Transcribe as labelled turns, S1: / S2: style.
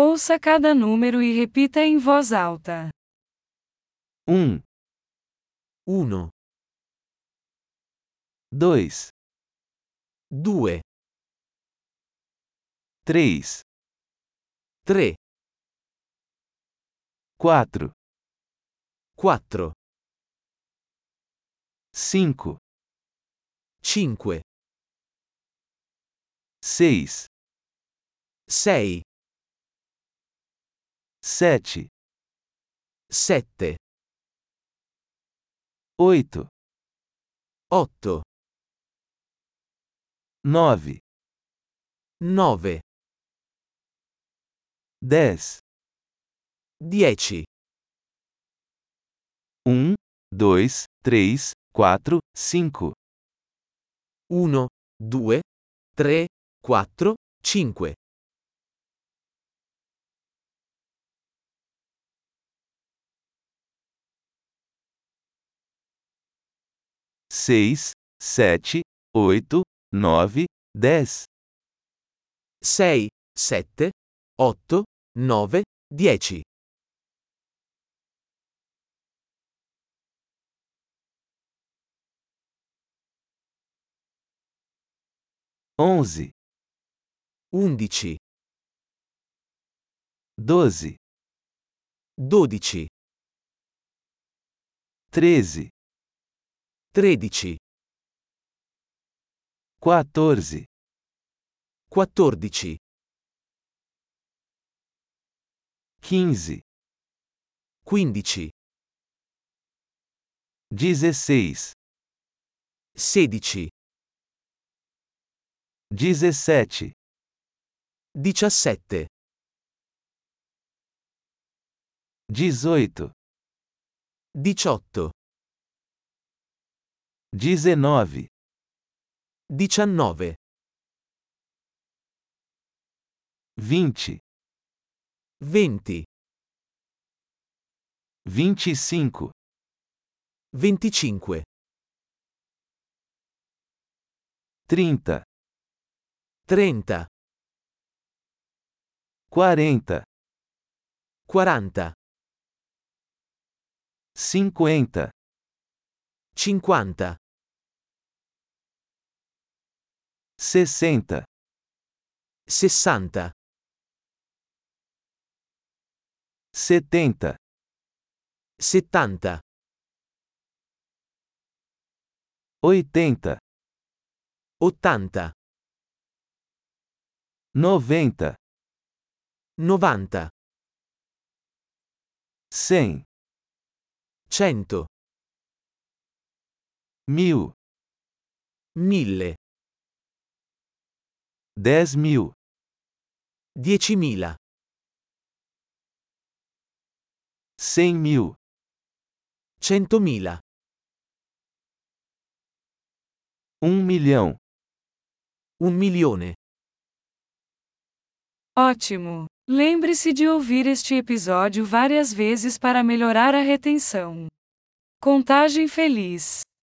S1: Ouça cada número e repita em voz alta.
S2: 1,
S3: 1,
S2: 2,
S3: 2,
S2: 3,
S3: 3,
S2: 4,
S3: 4,
S2: 5,
S3: 5,
S2: 6,
S3: 6,
S2: 7,
S3: 7,
S2: 8,
S3: 8,
S2: 9,
S3: 9,
S2: 10,
S3: 10,
S2: 1, 2, 3, 4, 5,
S3: 1, 2, 3, 4, 5.
S2: seis, sete, oito, nove, dez,
S3: 6, 7, 8, 9, 10,
S2: onze,
S3: 11,
S2: doze,
S3: 12,
S2: treze,
S3: 13,
S2: quatorze,
S3: 14,
S2: quinze,
S3: 15,
S2: dezesseis,
S3: 16,
S2: dezessete,
S3: 17,
S2: dezoito,
S3: 18,
S2: dezenove,
S3: 19,
S2: vinte,
S3: 20,
S2: vinte e cinco,
S3: 25,
S2: trinta,
S3: 30,
S2: quarenta,
S3: 40,
S2: cinquenta,
S3: 50,
S2: sessenta,
S3: 60,
S2: setenta,
S3: 70,
S2: oitenta,
S3: 80,
S2: noventa,
S3: 90,
S2: cem,
S3: 100,
S2: mil,
S3: 1000,
S2: dez mil,
S3: 10.000,
S2: cem mil,
S3: 100.000,
S2: um milhão.
S3: 1 milione.
S1: Ótimo! Lembre-se de ouvir este episódio várias vezes para melhorar a retenção. Contagem feliz.